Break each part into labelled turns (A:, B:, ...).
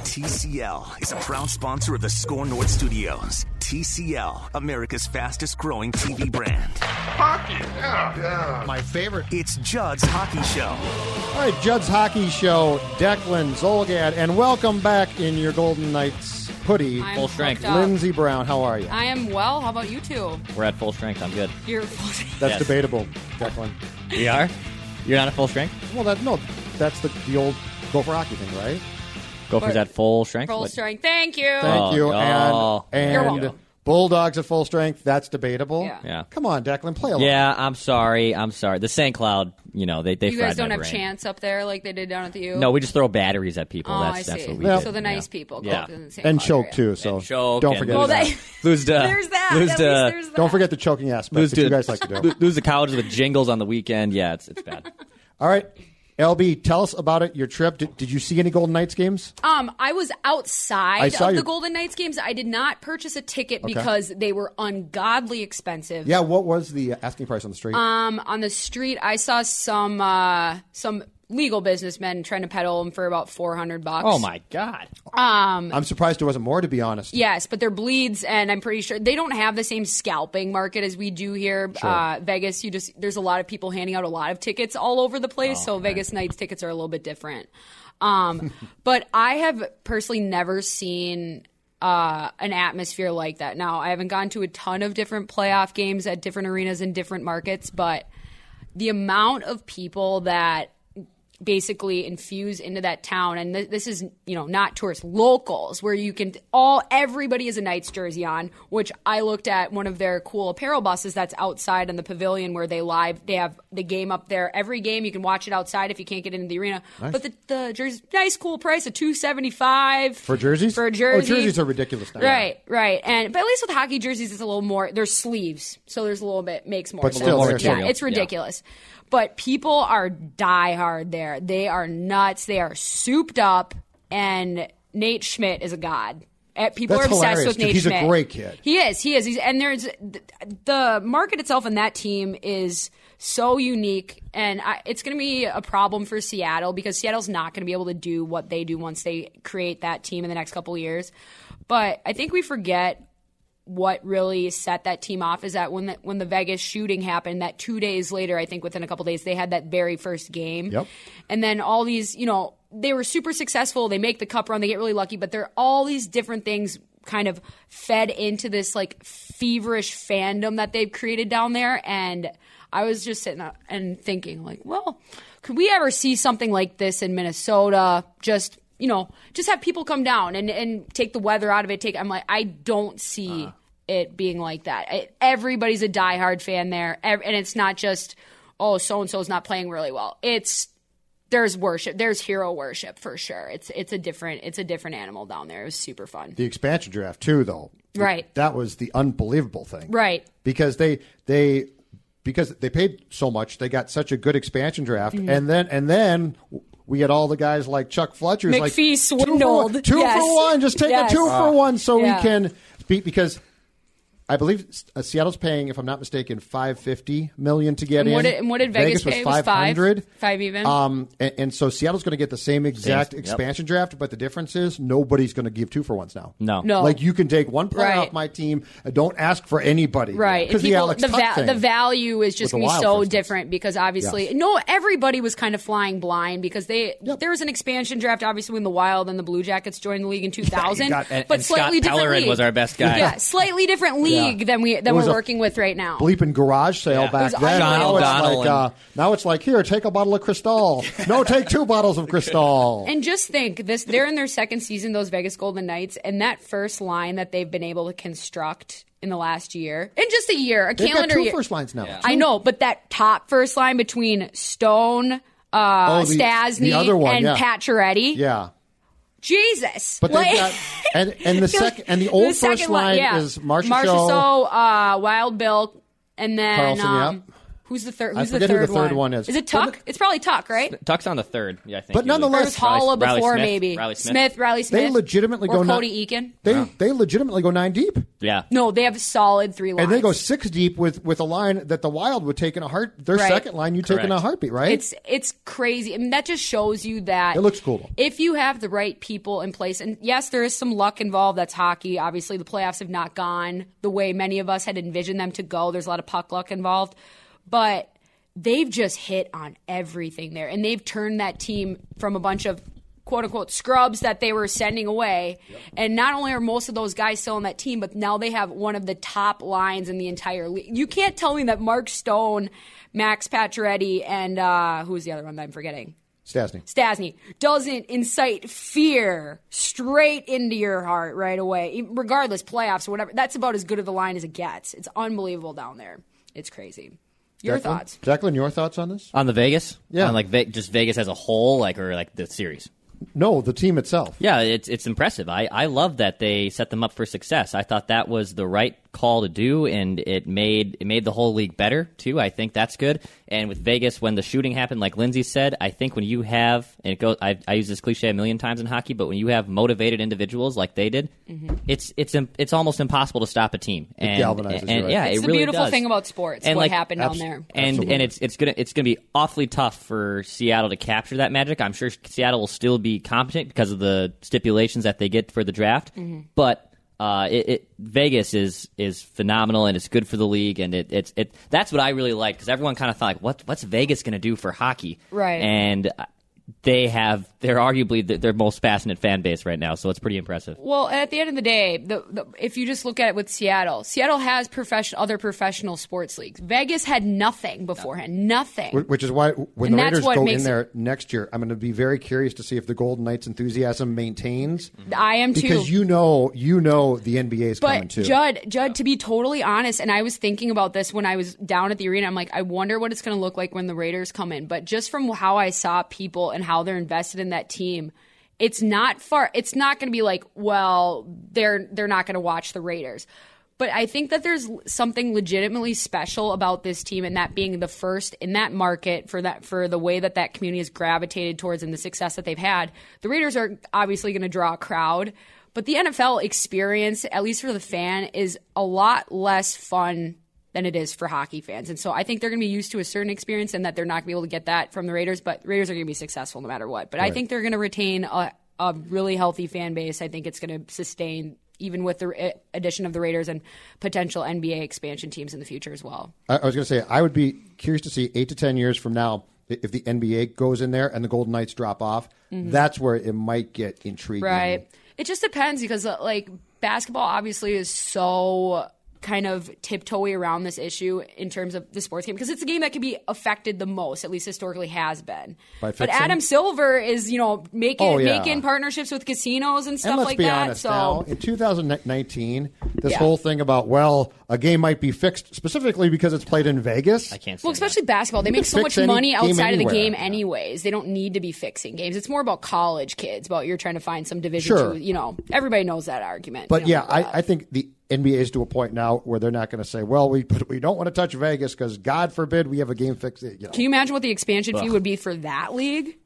A: TCL is a proud sponsor of the Score North Studios. TCL, America's fastest growing TV brand.
B: Hockey, yeah, yeah.
C: My favorite.
A: It's Judd's Hockey Show.
C: All right, Judd's Hockey Show, Declan, Zolgad, and welcome back in your Golden Knights hoodie. Full
D: I'm full strength.
C: strength. Lindsey Brown, how are you?
D: I am well. How about you two?
E: We're at full strength. I'm good.
D: You're
C: That's
E: Yes.
C: debatable, Declan.
E: We are? You're not at full strength?
C: Well, that no, that's the, the old go for hockey thing, right?
E: Gopher's
D: We're-
E: at full strength?
D: full
E: What-
D: strength. Thank you.
C: Thank
E: Oh,
C: you.
E: no.
C: And,
D: You're
C: and
D: welcome.
C: Bulldogs at full strength, that's debatable.
D: Yeah.
E: Yeah.
C: Come on, Declan, play along.
E: Yeah, I'm sorry. I'm sorry. The St. Cloud, you know, they, they
D: you
E: fried
D: guys don't
E: my
D: have
E: brain.
D: chance up there like they did down at the U.
E: No, we just throw batteries at people.
D: Oh,
E: that's,
D: I see.
E: that's what we
C: Yeah.
E: do.
D: So the nice people. Go
E: Yeah.
D: up to the St.
C: And
D: Cloud
C: choke
D: area.
C: too, so
E: And choke
C: don't
E: and-
C: forget
D: Well,
C: about
D: they,
C: it.
E: Lose to,
D: there's that.
E: Lose
D: At
E: to,
D: least there's that.
C: Don't forget the choking aspect
E: lose
C: that you
E: to-
C: guys like to do.
E: lo- lose the colleges with jingles on the weekend. Yeah, it's, it's bad.
C: All right, LB, tell us about it. Your trip. Did, did you see any Golden Knights games?
D: Um, I was outside
C: I
D: of
C: saw
D: the
C: your-
D: Golden Knights games. I did not purchase a ticket because they were ungodly expensive.
C: yeah. What was the asking price on the street?
D: Um, on the street, I saw some uh, some legal businessmen trying to peddle them for about four hundred bucks.
E: Oh, my God.
D: Um,
C: I'm surprised there wasn't more, to be honest.
D: Yes, but they're bleeds, and I'm pretty sure they don't have the same scalping market as we do here. Uh, Vegas, you just there's a lot of people handing out a lot of tickets all over the place, so Vegas nights tickets are a little bit different. Um, but I have personally never seen uh, an atmosphere like that. Now, I haven't gone to a ton of different playoff games at different arenas in different markets, but the amount of people that basically infuse into that town and th- this is you know not tourists locals where you can all everybody has a knights jersey on which i looked at one of their cool apparel buses that's outside in the pavilion where they live they have the game up there every game you can watch it outside if you can't get into the arena but the, the jersey nice cool price of 275
C: For jerseys?
D: for
C: Oh,
D: jerseys
C: jerseys are ridiculous now.
D: right right and but at least with hockey jerseys it's a little more there's sleeves so there's a little bit makes more
C: But
D: sense.
C: still,
E: More
C: they're-
D: Yeah,
E: material.
D: it's ridiculous. But people are diehard there. They are nuts. They are souped up, and Nate Schmidt is a god. Eh, People
C: That's
D: are obsessed
C: hilarious,
D: with
C: dude.
D: Nate
C: He's a
D: Schmidt.
C: great kid.
D: He is. He is. He's, and there's th- the market itself and that team is so unique, and I, it's going to be a problem for Seattle because Seattle's not going to be able to do what they do once they create that team in the next couple of years. But I think we forget what really set that team off is that when the, when the Vegas shooting happened, that two days later, I think within a couple days, they had that very first game.
C: Yep.
D: And then all these, you know, they were super successful. They make the cup run, they get really lucky, but there are all these different things kind of fed into this like feverish fandom that they've created down there. And I was just sitting up and thinking, like, well, could we ever see something like this in Minnesota? Just you know, just have people come down and, and take the weather out of it. Take I'm like, I don't see it being like that. I, everybody's a diehard fan there, ev- and it's not just oh, so and so's not playing really well. It's there's worship, there's hero worship for sure. It's it's a different it's a different animal down there. It was super fun.
C: The expansion draft too, though.
D: Right.
C: That was the unbelievable thing.
D: Right.
C: Because they they because they paid so much, they got such a good expansion draft,
D: Mm-hmm.
C: and then and then. We had all the guys like Chuck Fletcher, who's like
D: McPhee
C: two
D: swindled."
C: for one, two
D: Yes.
C: for one, just take
D: Yes. Ah.
C: a two for one, so
D: Yeah.
C: we can beat because I believe S- uh, Seattle's paying, if I'm not mistaken, five fifty million to get
D: And
C: in.
D: what did- and what did Vegas pay? It was
C: was
D: five?
C: five hundred,
D: Five even?
C: Um, and, and so Seattle's going to get the same exact
E: yep.
C: expansion draft, but the difference is nobody's going to give two for ones now.
E: No.
D: No.
C: Like you can take one player
D: Right.
C: off my team. and Don't ask for anybody.
D: Right.
C: Because the
D: and people-
C: Alex
D: the,
C: Tuck
D: va-
C: thing.
D: the value is
C: With
D: just
C: the
D: going to be
C: Wild, for
D: so
C: instance.
D: different because obviously,
C: Yes.
D: no, everybody was kind of flying blind because they,
C: Yep.
D: there was an expansion draft, obviously, when the Wild and the Blue Jackets joined the league in 2000.
E: got- and-
D: but
E: and Scott
D: slightly different.
E: Pellerin
D: league.
E: was our best guy.
D: Yeah. Slightly different league than, we,
C: It
D: than
C: was
D: we're
C: a
D: working with right now.
C: bleeping garage sale
E: Yeah.
C: back
D: It was
C: then. Now
D: unbelievable.
C: it's,
E: Donald
C: like, uh, now it's like here, take a bottle of Cristal. no, take two bottles of Cristal.
D: And just think this they're in their second season those Vegas Golden Knights and that first line that they've been able to construct in the last year. In just a year, a
C: They've got
D: calendar
C: two
D: year.
C: first lines now.
D: I know, but that top first line between Stone, uh,
C: Oh, the-
D: Stasny,
C: the other one,
D: and
C: yeah.
D: Pacioretty.
C: Yeah.
D: Jesus.
C: But they
D: Like-
C: got and, and the second and the old first
D: second
C: line
D: yeah.
C: is Marsha,
D: Marcia
C: Show,
D: So, uh, Wild Bill, and then
C: Carlson,
D: um,
C: yep.
D: who's the third?
C: I
D: Who's
C: forget who the third one is.
D: Is it Tuck? it's probably Tuck, right?
E: Tuck's on the third. Yeah, I think.
C: But
E: usually.
D: Or
C: nonetheless-
D: was Holla
E: Riley- Riley
D: before
E: Smith.
D: maybe
E: Riley Smith.
D: Riley Smith.
C: They legitimately
D: or
C: go nine-
D: Cody Eakin.
C: They they legitimately go nine deep.
E: Yeah.
D: No, they have solid three lines.
C: And they go six deep with, with a line that the Wild would take in a heart. Their
D: Right.
C: second line, you take in a
E: Correct.
C: heartbeat, right?
D: It's it's crazy. I mean, that just shows you that
C: It looks cool, though.
D: If you have the right people in place, and yes, there is some luck involved. That's hockey. Obviously, the playoffs have not gone the way many of us had envisioned them to go. There's a lot of puck luck involved, but they've just hit on everything there, and they've turned that team from a bunch of quote unquote scrubs that they were sending away. And not only are most of those guys still on that team, but now they have one of the top lines in the entire league. You can't tell me that Mark Stone, Max Pacioretty, and uh, who's the other one that I'm forgetting?
C: Stasny.
D: Stasny doesn't incite fear straight into your heart right away, e- regardless playoffs or whatever. That's about as good of a line as it gets. It's unbelievable down there. It's crazy. Your
C: Declan?
D: thoughts?
C: Declan, your thoughts on this?
E: On the Vegas.
C: Yeah.
E: On like Ve- just Vegas as a whole, like or like the series.
C: No, the team itself.
E: Yeah, it's it's impressive. I, I love that they set them up for success. I thought that was the right call to do, and it made it made the whole league better too. I think that's good. And with Vegas, when the shooting happened, like Lindsay said, I think when you have and it goes, I, I use this cliche a million times in hockey, but when you have motivated individuals like they did,
D: Mm-hmm.
E: it's it's im- it's almost impossible to stop a team. And,
C: galvanizes you,
E: and-
C: right?
E: yeah,
D: It's
E: it
D: the
E: really
D: beautiful
E: does.
D: thing about sports,
E: And,
D: what
E: like,
D: happened
C: abs-
D: down there.
E: and
C: Absolutely.
E: and it's it's gonna it's gonna be awfully tough for Seattle to capture that magic. I'm sure Seattle will still be competent because of the stipulations that they get for the draft.
D: Mm-hmm.
E: But uh, it, it Vegas is is phenomenal and it's good for the league and it it's it that's what I really like because everyone kind of thought like what what's Vegas gonna do for hockey
D: Right.
E: and. uh, They have they're arguably th- their most passionate fan base right now, so it's pretty impressive.
D: Well, at the end of the day, the, the, if you just look at it with Seattle, Seattle has profession, other professional sports leagues. Vegas had nothing beforehand, nothing.
C: Wh- Which is why when
D: And
C: the
D: that's
C: Raiders
D: what
C: go
D: makes
C: in there next year, I'm going to be very curious to see if the Golden Knights enthusiasm maintains.
D: Mm-hmm. I am
C: Because
D: too.
C: you know, you know, the NBA is coming
D: but
C: too.
D: Judd, Judd, to be totally honest, and I was thinking about this when I was down at the arena. I'm like, I wonder what it's going to look like when the Raiders come in. But just from how I saw people and how they're invested in that team, it's not far. It's not going to be like, well, they're they're not going to watch the Raiders. But I think that there's l- something legitimately special about this team, and that being the first in that market for that for the way that that community has gravitated towards and the success that they've had. The Raiders are obviously going to draw a crowd, but the NFL experience, at least for the fan, is a lot less fun than it is for hockey fans. And so I think they're going to be used to a certain experience, and that they're not going to be able to get that from the Raiders. But the Raiders are going to be successful no matter what. But I think they're going to retain a, a really healthy fan base. I think it's going to sustain even with the uh, addition of the Raiders and potential NBA expansion teams in the future as well.
C: I, I was going to say, I would be curious to see eight to 10 years from now i- if the NBA goes in there and the Golden Knights drop off. That's where it might get intriguing.
D: Mm-hmm. Right. It just depends because uh, like basketball obviously is so kind of tiptoey around this issue in terms of the sports game because it's a game that can be affected the most, at least historically has been.
C: By
D: but
C: fixing?
D: Adam Silver is you know making
C: Oh, yeah.
D: making partnerships with casinos and stuff
C: and let's
D: like
C: be
D: that.
C: honest
D: so
C: now, in 2019, this
D: Yeah.
C: whole thing about, well, a game might be fixed specifically because it's played in Vegas.
E: I can't.
D: Well,
E: stand
D: especially basketball. They
C: You
D: make
C: can
D: so
C: fix
D: much
C: any
D: money
C: game
D: outside of the
C: anywhere.
D: game
C: Yeah.
D: anyways. They don't need to be fixing games. It's more about college kids, about you're trying to find some division
C: Sure.
D: two, you know. Everybody knows that argument.
C: But
D: you know,
C: yeah, I, I think the NBA is to a point now where they're not going to say, well, we but we don't want to touch Vegas because God forbid we have a game fix. You know.
D: Can you imagine what the expansion fee would be for that league?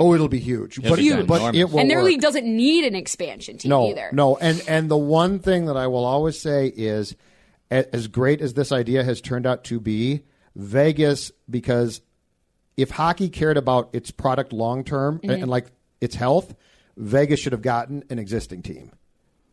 C: oh, it'll be huge. but,
E: Huge.
C: but it
E: Enormous.
C: will
D: and their
C: work.
D: league doesn't need an expansion team
C: no,
D: either.
C: No, and and the one thing that I will always say is, a- as great as this idea has turned out to be, Vegas because if hockey cared about its product long term and,
D: Mm-hmm.
C: and like its health, Vegas should have gotten an existing team.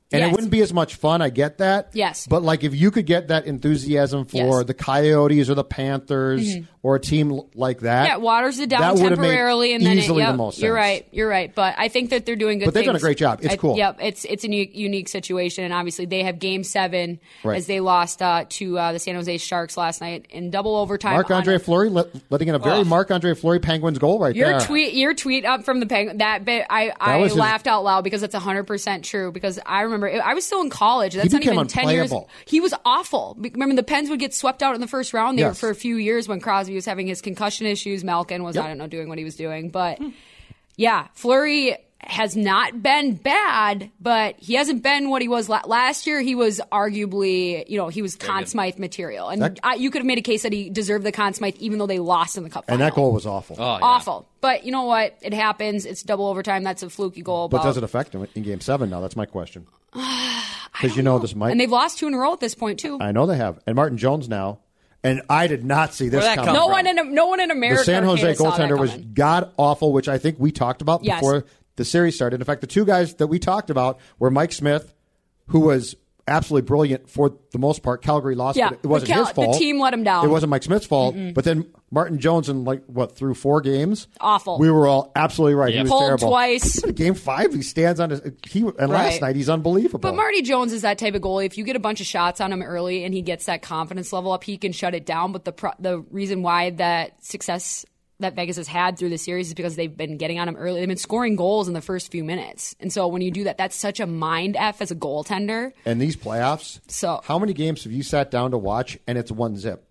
C: And
D: Yes.
C: it wouldn't be as much fun. I get that.
D: Yes.
C: But like, if you could get that enthusiasm for
D: Yes. Mm-hmm.
C: the Coyotes or the Panthers or a team l- like that,
D: Yeah, it waters it down
C: that would've made
D: temporarily, and then it,
C: easily
D: yep,
C: the most
D: You're
C: sense.
D: right. You're right. But I think that they're doing good.
C: But they've done a
D: things.
C: great job. It's
D: I-
C: cool.
D: Yep. It's it's a new, unique situation, and obviously they have Game Seven
C: Right.
D: as they lost uh, to uh, the San Jose Sharks last night in double overtime.
C: Marc
D: on
C: Andre
D: a-
C: Fleury let, letting in a very Marc Andre Fleury Penguins goal right
D: Oh. Your
C: there.
D: tweet, your tweet up from the penguin. That bit, I, I
C: was his-
D: laughed out loud because it's hundred percent true. Because I remember, I was still in college. That's not
C: became
D: even ten years.
C: unplayable.
D: He was awful. Be- Remember, the Pens would get swept out in the first round. They were
C: Yes.
D: for a few years when Crosby
C: Hmm.
D: was having his concussion issues. Malkin was, I don't know, doing what he was doing, but yeah, Flurry. has not been bad, but he hasn't been what he was la- last year. He was arguably, you know, he was Conn Smythe material, and
C: That-
D: I, you could have made a case that he deserved the Conn Smythe, even though they lost in the cup.
C: And
D: final.
C: that goal was awful. Oh.
D: awful. But you know what? It happens. It's double overtime. That's a fluky goal.
C: but
D: about-
C: does it affect him in Game Seven now? That's my question. Because you know, this might.
D: and they've lost two in a row at this point too.
C: I know they have. And Martin Jones now. And I did not see this
E: Where'd that
C: coming.
E: come
D: no
E: from?
D: one in no one in America.
C: the San
D: or
C: Jose
D: Canada saw that
C: goaltender was
D: coming.
C: god awful, which I think we talked about
D: Yes.
C: before the series started. In fact, the two guys that we talked about were Mike Smith, who was absolutely brilliant for the most part. Calgary lost,
D: Yeah,
C: but it wasn't
D: the Cal-
C: his fault.
D: the team let him down.
C: It wasn't Mike Smith's fault. But then Martin Jones, in like what through four games,
D: Awful.
C: We were all absolutely right. He was
D: Pulled
C: terrible
D: twice.
C: In Game five, he stands on his. He and last
D: Right.
C: night he's unbelievable.
D: But Marty Jones is that type of goalie. If you get a bunch of shots on him early and he gets that confidence level up, he can shut it down. But the pro- the reason why that success that Vegas has had through the series is because they've been getting on him early. They've been scoring goals in the first few minutes, and so when you do that, that's such a mind f as a goaltender.
C: and these playoffs.
D: So-
C: how many games have you sat down to watch and it's one zip?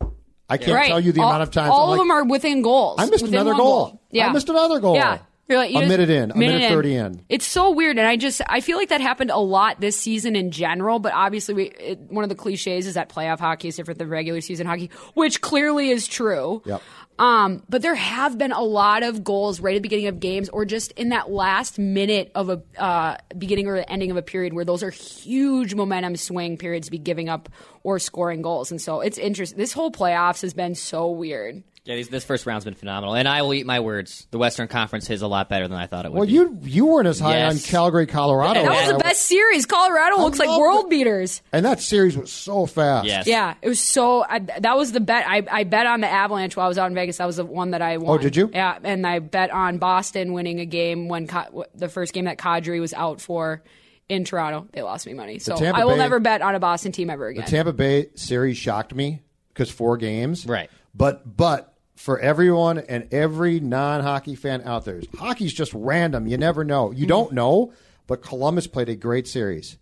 C: I can't
D: right?
C: tell you the
D: all,
C: amount of times
D: all
C: I'm
D: of
C: like,
D: them are within goals.
C: I missed
D: within
C: another
D: one
C: goal.
D: Yeah,
C: I missed another goal.
D: Yeah, you're like you
C: A
D: just-
C: minute in, a minute 30 in.
D: It's so weird, and I just I feel like that happened a lot this season in general. But obviously, we it, one of the cliches is that playoff hockey is different than regular season hockey, which clearly is true.
C: Yep.
D: Um, but there have been a lot of goals right at the beginning of games, or just in that last minute of a uh, beginning or ending of a period, where those are huge momentum swing periods to be giving up or scoring goals. And so it's interesting. This whole playoffs has been so weird.
E: Yeah, these, this first round's been phenomenal, and I will eat my words. The Western Conference is a lot better than I thought it would.
C: Well,
E: be.
C: you you weren't as high
E: Yes.
C: on Calgary, Colorado.
D: That
E: Yeah,
D: was
C: as I
D: the best series. Colorado looks like
C: Oh, love
D: world
C: the-
D: beaters.
C: And that series was so fast.
E: Yes.
D: Yeah, it was so. I, that was the bet. I, I bet on the Avalanche while I was out in Vegas. That was the one that I
C: Oh,
D: won.
C: did you?
D: Yeah, and I bet on Boston winning a game when Co- the first game that Kadri was out for in Toronto. They lost me money, so
C: Tampa
D: I will
C: Bay-
D: never bet on a Boston team ever
C: The
D: again.
C: Tampa Bay series shocked me because four games.
E: Right.
C: But but for everyone and every non hockey fan out there, hockey's just random. You never know.
D: Mm-hmm.
C: You don't know. But Columbus played a great series.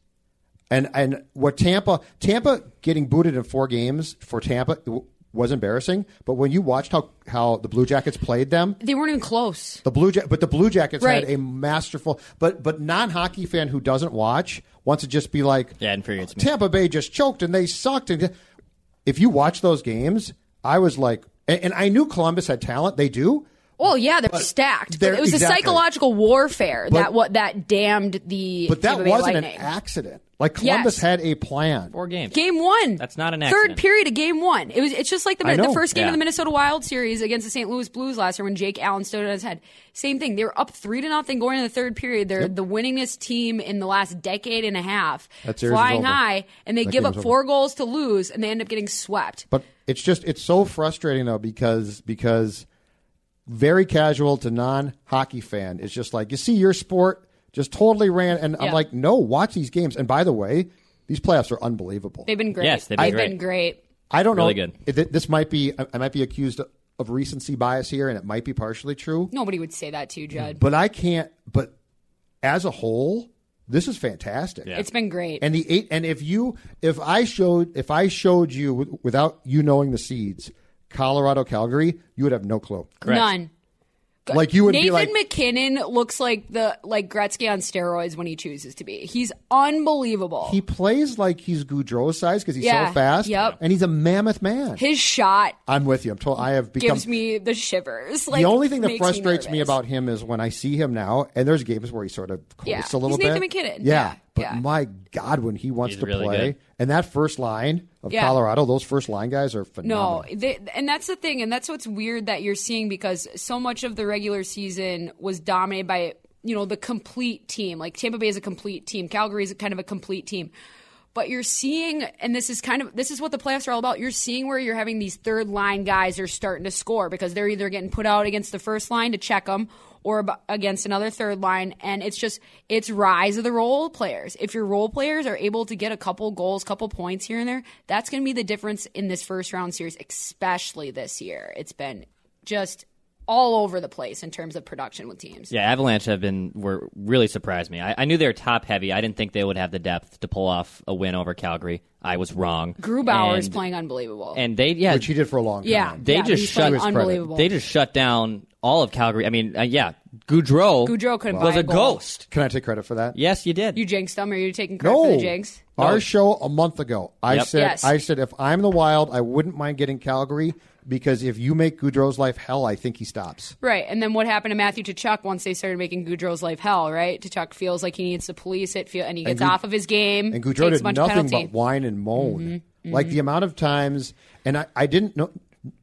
C: And and what Tampa Tampa getting booted in four games for Tampa it w- was embarrassing. But when you watched how, how the Blue Jackets played them,
D: they weren't even close.
C: The Blue ja- but the Blue Jackets
D: Right.
C: had a masterful, but but non hockey fan who doesn't watch wants to just be like,
E: Yeah, it infuriates me.
C: Tampa Bay just choked and they sucked. And if you watch those games, I was like, and, and I knew Columbus had talent. They do.
D: Well, yeah, they're stacked.
C: they're-
D: but it was
C: exactly.
D: a psychological warfare
C: But-
D: that what that damned the.
C: But that
D: Tampa Bay
C: wasn't an
D: Lightning.
C: accident. Like Columbus
D: Yes.
C: had a plan.
E: four games.
D: Game one.
E: That's not an
D: Third
E: accident.
D: period of game one. It was. It's just like the,
C: I
D: the
C: know.
D: first game
E: Yeah.
D: of the Minnesota Wild series against the St. Louis Blues last year when Jake Allen stood on his head. Same thing. They were up three to nothing going into the third period. They're the winningest team in the last decade and a half,
C: That series is
D: flying
C: over.
D: high, and they
C: That
D: give
C: game
D: up
C: is over.
D: four goals to lose, and they end up getting swept.
C: But it's just it's so frustrating though because because very casual to non hockey fan is just like you see your sport just totally ran and I'm
D: Yeah.
C: like no watch these games and by the way these playoffs are unbelievable.
D: They've been great.
E: Yes, they've been great.
C: I don't
E: Really
C: know
E: good.
C: if it- this might be I I might be accused of recency bias here and it might be partially true
D: Nobody would say that to you, Judd.
C: but I can't but as a whole this is fantastic.
D: It's been great.
C: And the eight, and if you, if I showed, if I showed you w- without you knowing the seeds, Colorado, Calgary, you would have no clue.
D: None.
C: Like you would be
D: Nathan
C: like,
D: McKinnon looks like the like Gretzky on steroids when he chooses to be. He's unbelievable.
C: he plays like he's Goudreau size because he's
D: Yeah,
C: so fast.
D: yep.
C: And he's a mammoth man.
D: His shot
C: I'm with you. I'm told I have become.
D: gives me the shivers. Like,
C: um, the only thing that
D: makes
C: frustrates me,
D: nervous.
C: about him is when I see him now, and there's games where he sort of
D: Yeah,
C: quirks a little
D: he's
C: bit.
D: Nathan McKinnon.
C: Yeah,
D: Yeah,
C: but
D: yeah.
C: my God, when he wants
E: He's
C: to
E: really
C: play,
E: good.
C: and that first line of
D: Yeah.
C: Colorado, those first line guys are
D: no,
C: phenomenal.
D: they, and that's the thing, and that's what's weird that you're seeing because so much of the regular season was dominated by you know the complete team. Like Tampa Bay is a complete team, Calgary is kind of a complete team. But you're seeing, and this is kind of this is what the playoffs are all about. You're seeing where you're having these third line guys are starting to score because they're either getting put out against the first line to check them, or ab- against another third line and it's just it's rise of the role players if your role players are able to get a couple goals couple points here and there that's going to be the difference in this first round series especially this year it's been just all over the place in terms of production with teams
E: Yeah, Avalanche have been were really surprised me. I, I knew they were top heavy. I didn't think they would have the depth to pull off a win over Calgary. I was wrong.
D: grubauer is
E: And-
D: playing unbelievable
E: and they yeah
C: which he did for a long time.
D: yeah
E: They
D: yeah,
E: just
D: he's
E: shut-
D: playing
E: To his
C: credit,
D: unbelievable
E: they just shut down all of Calgary. I mean, uh, yeah, Goudreau,
D: Goudreau couldn't
E: was
D: buy
E: a
D: a goal.
E: ghost.
C: Can I take credit for that?
E: Yes, you did.
D: You jinxed them, or you're taking credit
C: No.
D: for the jinx?
C: Our show a month ago, I
E: Yep.
C: said,
D: Yes.
C: I said, if I'm the Wild, I wouldn't mind getting Calgary because if you make Goudreau's life hell, I think he stops.
D: Right. And then what happened to Matthew Tuchuk once they started making Goudreau's life hell, right? Tuchuk feels like he needs to police it, feel, and he gets
C: Goud-
D: off of his game.
C: And Goudreau
D: takes a
C: did
D: bunch
C: nothing
D: of Mm-hmm. penalty.
C: but whine and moan. Like the amount of times, and I, I didn't know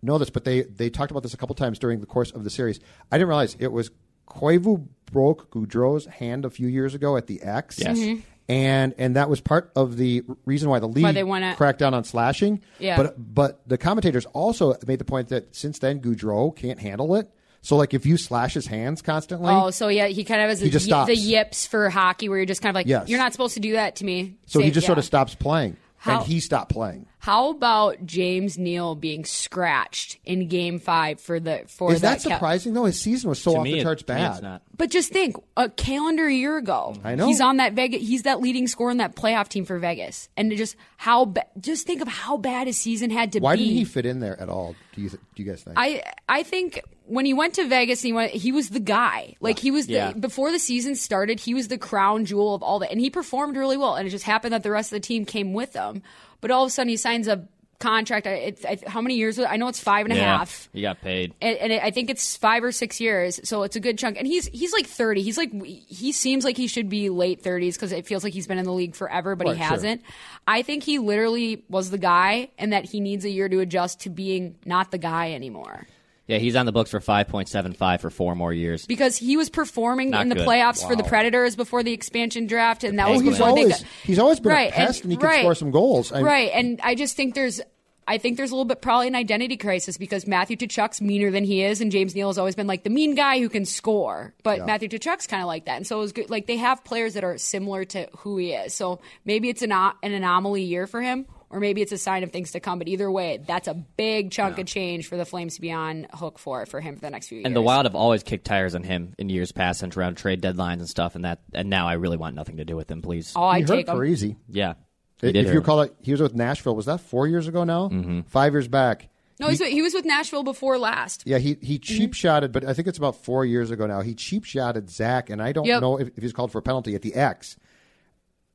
C: know this, but they they talked about this a couple times during the course of the series. I didn't realize it was Koivu broke Goudreau's hand a few years ago at the X.
E: Yes. Mhm.
C: And and that was part of the reason why the league
D: they wanna-
C: cracked down on slashing.
D: Yeah.
C: But but the commentators also made the point that since then Goudreau can't handle it. So like if you slash his hands constantly,
D: Oh, so yeah, he kind of has the,
C: just
D: y- the
C: stops.
D: yips for hockey where you're just kind of like,
C: Yes.
D: you're not supposed to do that to me.
C: so he
D: Say-
C: just sort
D: yeah.
C: of stops playing,
D: How-
C: and he stopped playing.
D: How about James Neal being scratched in game five for the. for
C: Is that
D: the Cal-
C: surprising though? His season was so
E: To
C: off
E: me,
C: the
E: it-
C: charts
E: to me,
C: bad.
E: it's not.
D: But just think, a calendar year ago,
C: I know.
D: he's on that Vegas. He's that leading scorer in that playoff team for Vegas, and it just how ba- just think of how bad his season had to
C: Why
D: be.
C: didn't he fit in there at all? Do you th- do you guys think?
D: I I think when he went to Vegas, he went. He was the guy. Like he was
E: Yeah.
D: the before the season started, he was the crown jewel of all that, and he performed really well. And it just happened that the rest of the team came with him. But all of a sudden, he signs a contract. I- It's I, how many years? was it? I know it's five and a half.
E: yeah, you got paid.
D: and, and I think it's five or six years, so it's a good chunk. And he's he's like thirty. He's like he seems like he should be late thirties because it feels like he's been in the league forever, but he
C: Right, sure.
D: hasn't. I think he literally was the guy, and that he needs a year to adjust to being not the guy anymore
E: Yeah, he's on the books for five point seven five for four more years.
D: because he was performing
E: Not
D: in the
E: good.
D: playoffs for the Predators before the expansion draft, and that was
E: Penguins.
D: before
C: he's
E: Well,
D: they
C: always
D: got-
C: he's always been
D: Right,
C: a pest, and, he can
D: right.
C: score some goals. I-
D: right, and I just think there's. I think there's a little bit probably an identity crisis because Matthew Tuchuk's meaner than he is, and James Neal has always been like the mean guy who can score. But Matthew Tuchuk's kind of like that, and so it was good. Like they have players that are similar to who he is, so maybe it's an, o- an anomaly year for him, or maybe it's a sign of things to come. But either way, that's a big chunk of change for the Flames to be on hook for for him for the next few years.
E: And the Wild have always kicked tires on him in years past, since around trade deadlines and stuff. And that, and now I really want nothing to do with him, please.
D: all I
C: he hurt
D: take 'em.
C: crazy.
E: yeah, He
C: If
E: did
C: you
E: hurt. Mm-hmm.
C: recall, it, he was with Nashville. Was that four years ago now? Five years back.
D: No, he's, he was with Nashville before last.
C: Yeah, he he cheap shotted, but I think it's about four years ago now. He cheap shotted Zach, and I don't
D: Yep.
C: know if, if he's called for a penalty at the X.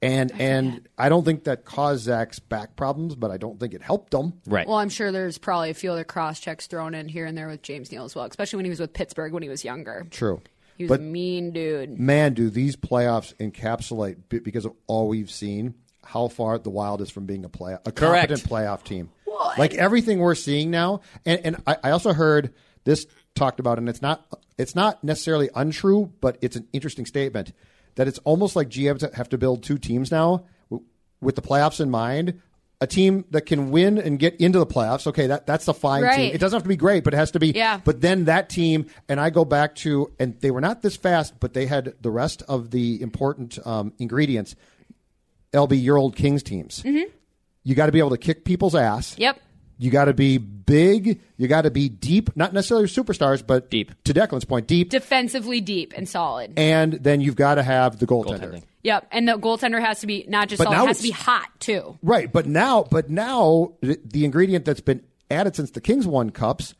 C: And and I don't think that caused Zach's back problems, but I don't think it helped him.
E: right.
D: Well, I'm sure there's probably a few other cross checks thrown in here and there with James Neal as well, especially when he was with Pittsburgh when he was younger.
C: True.
D: He was
C: But-
D: a mean dude.
C: man, do these playoffs encapsulate be- because of all we've seen how far the Wild is from being a play a
E: Correct.
C: competent playoff team. Like everything we're seeing now, and and I, I also heard this talked about, and it's not it's not necessarily untrue, but it's an interesting statement that it's almost like GMs have to build two teams now w- with the playoffs in mind. A team that can win and get into the playoffs, okay, that, that's a fine
D: Right.
C: team. It doesn't have to be great, but it has to be
D: Yeah.
C: but then that team, and I go back to, and they were not this fast, but they had the rest of the important um, ingredients. LB, your old Kings teams. Mm-hmm. You got to be able to kick people's ass.
D: Yep.
C: You got to be big. You got to be deep. Not necessarily superstars, but
E: Deep.
C: To Declan's point, deep.
D: Defensively deep and solid.
C: and then you've got to have the goaltender.
E: Goaltending.
D: Yep. And the goaltender has to be not just
C: But
D: solid,
C: now
D: has to be
C: it's-
D: hot too.
C: Right, but now, but now th- the ingredient that's been added since the Kings won cups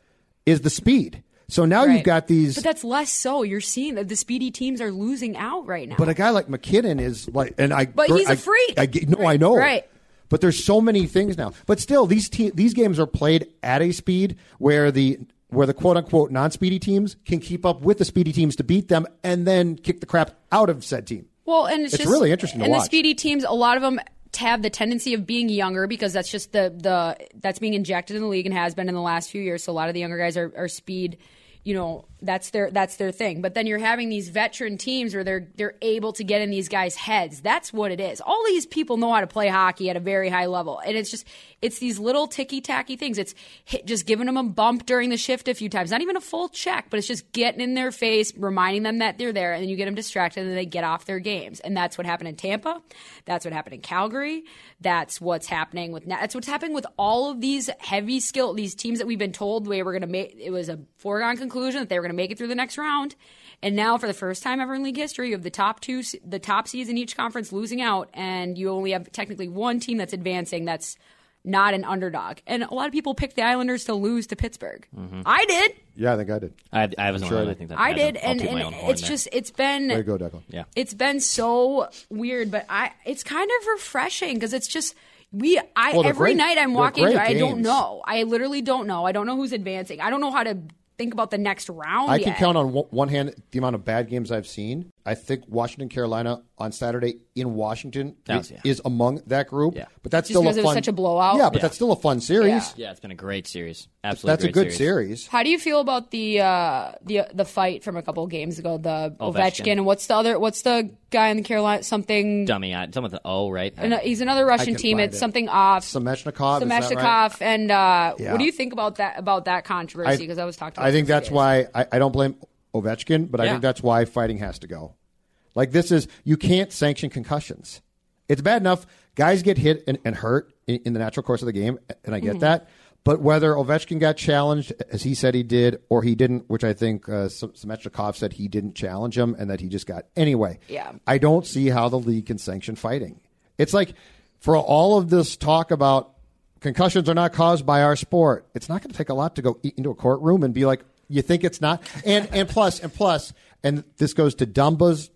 C: is the speed. So now
D: Right.
C: you've got these.
D: But that's less so. You're seeing that the speedy teams are losing out right now.
C: But a guy like McKinnon is like, and I.
D: But he's a
C: I-
D: freak.
C: I, get- no, I
D: Right,
C: know.
D: right.
C: But there's so many things now. But still, these te- these games are played at a speed where the where the quote unquote non speedy teams can keep up with the speedy teams to beat them, and then kick the crap out of said team.
D: Well, and it's,
C: It's
D: just
C: really interesting to
D: And the
C: watch.
D: speedy teams, a lot of them have the tendency of being younger because that's just the the that's being injected in the league and has been in the last few years. So a lot of the younger guys are, are speed. You know that's their that's their thing. But then you're having these veteran teams where they're they're able to get in these guys' heads. That's what it is. All these people know how to play hockey at a very high level, and it's just it's these little ticky tacky things. It's hit, just giving them a bump during the shift a few times, not even a full check, but it's just getting in their face, reminding them that they're there, and then you get them distracted, and then they get off their games. And that's what happened in Tampa. That's what happened in Calgary. That's what's happening with that's what's happening with all of these heavy skill these teams that we've been told we were going to make. It was a foregone conclusion that they were going to make it through the next round. And now, for the first time ever in league history, you have the top two, the top seeds in each conference losing out, and you only have technically one team that's advancing. That's not an underdog. And a lot of people picked the Islanders to lose to Pittsburgh. I did.
C: Yeah, I think I did.
E: I, I was
C: Sure.
E: sure. Mm-hmm. I think that
D: I,
E: I'll-
D: did.
E: I'll
D: And,
E: toot my
D: and
E: own horn
D: it's
E: there.
D: just it's been
C: Way to go, Declan.
E: yeah.
D: it's been so weird, but I it's kind of refreshing because it's just we I
C: Well, they're
D: every
C: great-
D: night I'm
C: they're
D: walking
C: great
D: through, I don't
C: games.
D: know. I literally don't know. I don't know who's advancing. I don't know how to think about the next round.
C: I can
D: yet.
C: count on one- one hand the amount of bad games I've seen. I think Washington, Carolina on Saturday in Washington
E: That was- yeah.
C: is among that group.
E: Yeah.
C: But that's
D: Just
C: still a
D: because it
C: fun.
D: was such a blowout?
C: Yeah, but
D: Yeah.
C: that's still a fun series.
D: Yeah.
E: yeah, it's been a great series. Absolutely,
C: That's a
E: great
C: good series.
D: How do you feel about the uh, the the fight from a couple of games ago? The Ovechkin.
E: Ovechkin.
D: and what's the other? What's the guy in the Carolina? Something.
E: Dummy, I, some of the O right.
D: and, uh, he's another Russian
C: can
D: team.
C: find
D: It's
C: it.
D: something off.
C: Sameshnikov, is that
D: Sameshnikov.
C: right?
D: And uh,
C: Yeah.
D: what do you think about that about that controversy? Because I, was talking. About
C: I think
D: this
C: that's
D: today.
C: why I, I don't blame Ovechkin, but I
E: Yeah.
C: think that's why fighting has to go. Like this is you can't sanction concussions. It's bad enough guys get hit and, and hurt in, in the natural course of the game, and I get
D: Mm-hmm.
C: that. But whether Ovechkin got challenged as he said he did, or he didn't, which I think uh, S- Smechnikov said he didn't challenge him, and that he just got anyway.
D: Yeah.
C: I don't see how the league can sanction fighting. It's like for all of this talk about concussions are not caused by our sport, it's not going to take a lot to go e- into a courtroom and be like, you think it's not? And and plus and plus, and this goes to Dumba's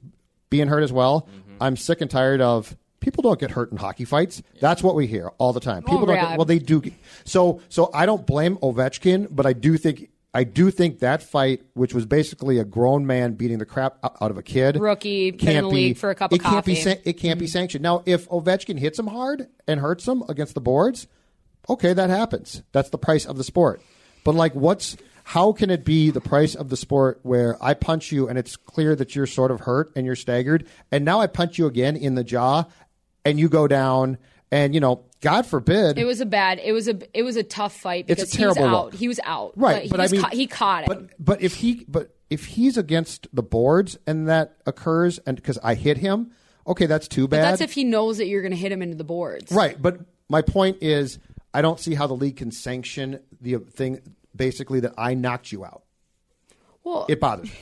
C: being hurt as well. I'm sick and tired of people don't get hurt in hockey fights. That's what we hear all the time. People don't
D: yeah.
C: get, well they do. get- So so I don't blame Ovechkin, but I do think I do think that fight, which was basically a grown man beating the crap o- out of a kid,
D: Rookie, been in the league for a cup of
C: it can't be
D: coffee. Mm-hmm.
C: san- it can't be sanctioned. Now, if Ovechkin hits him hard and hurts him against the boards, okay, that happens. That's the price of the sport. But like, what's how can it be the price of the sport where I punch you and it's clear that you're sort of hurt and you're staggered, and now I punch you again in the jaw, and you go down, and you know, God forbid,
D: It was a bad. It was a it was a tough fight
C: It's a
D: because
C: terrible
D: he's
C: look.
D: out. He was out.
C: right?
D: he
C: But, I
D: was
C: mean,
D: ca- he caught it.
C: But but if he but if he's against the boards and that occurs, and because I hit him, okay, that's too bad.
D: That's if he knows that you're going to hit him into the boards.
C: Right, but my point is, I don't see how the league can sanction the thing basically that I knocked you out.
D: Well,
C: It bothers me,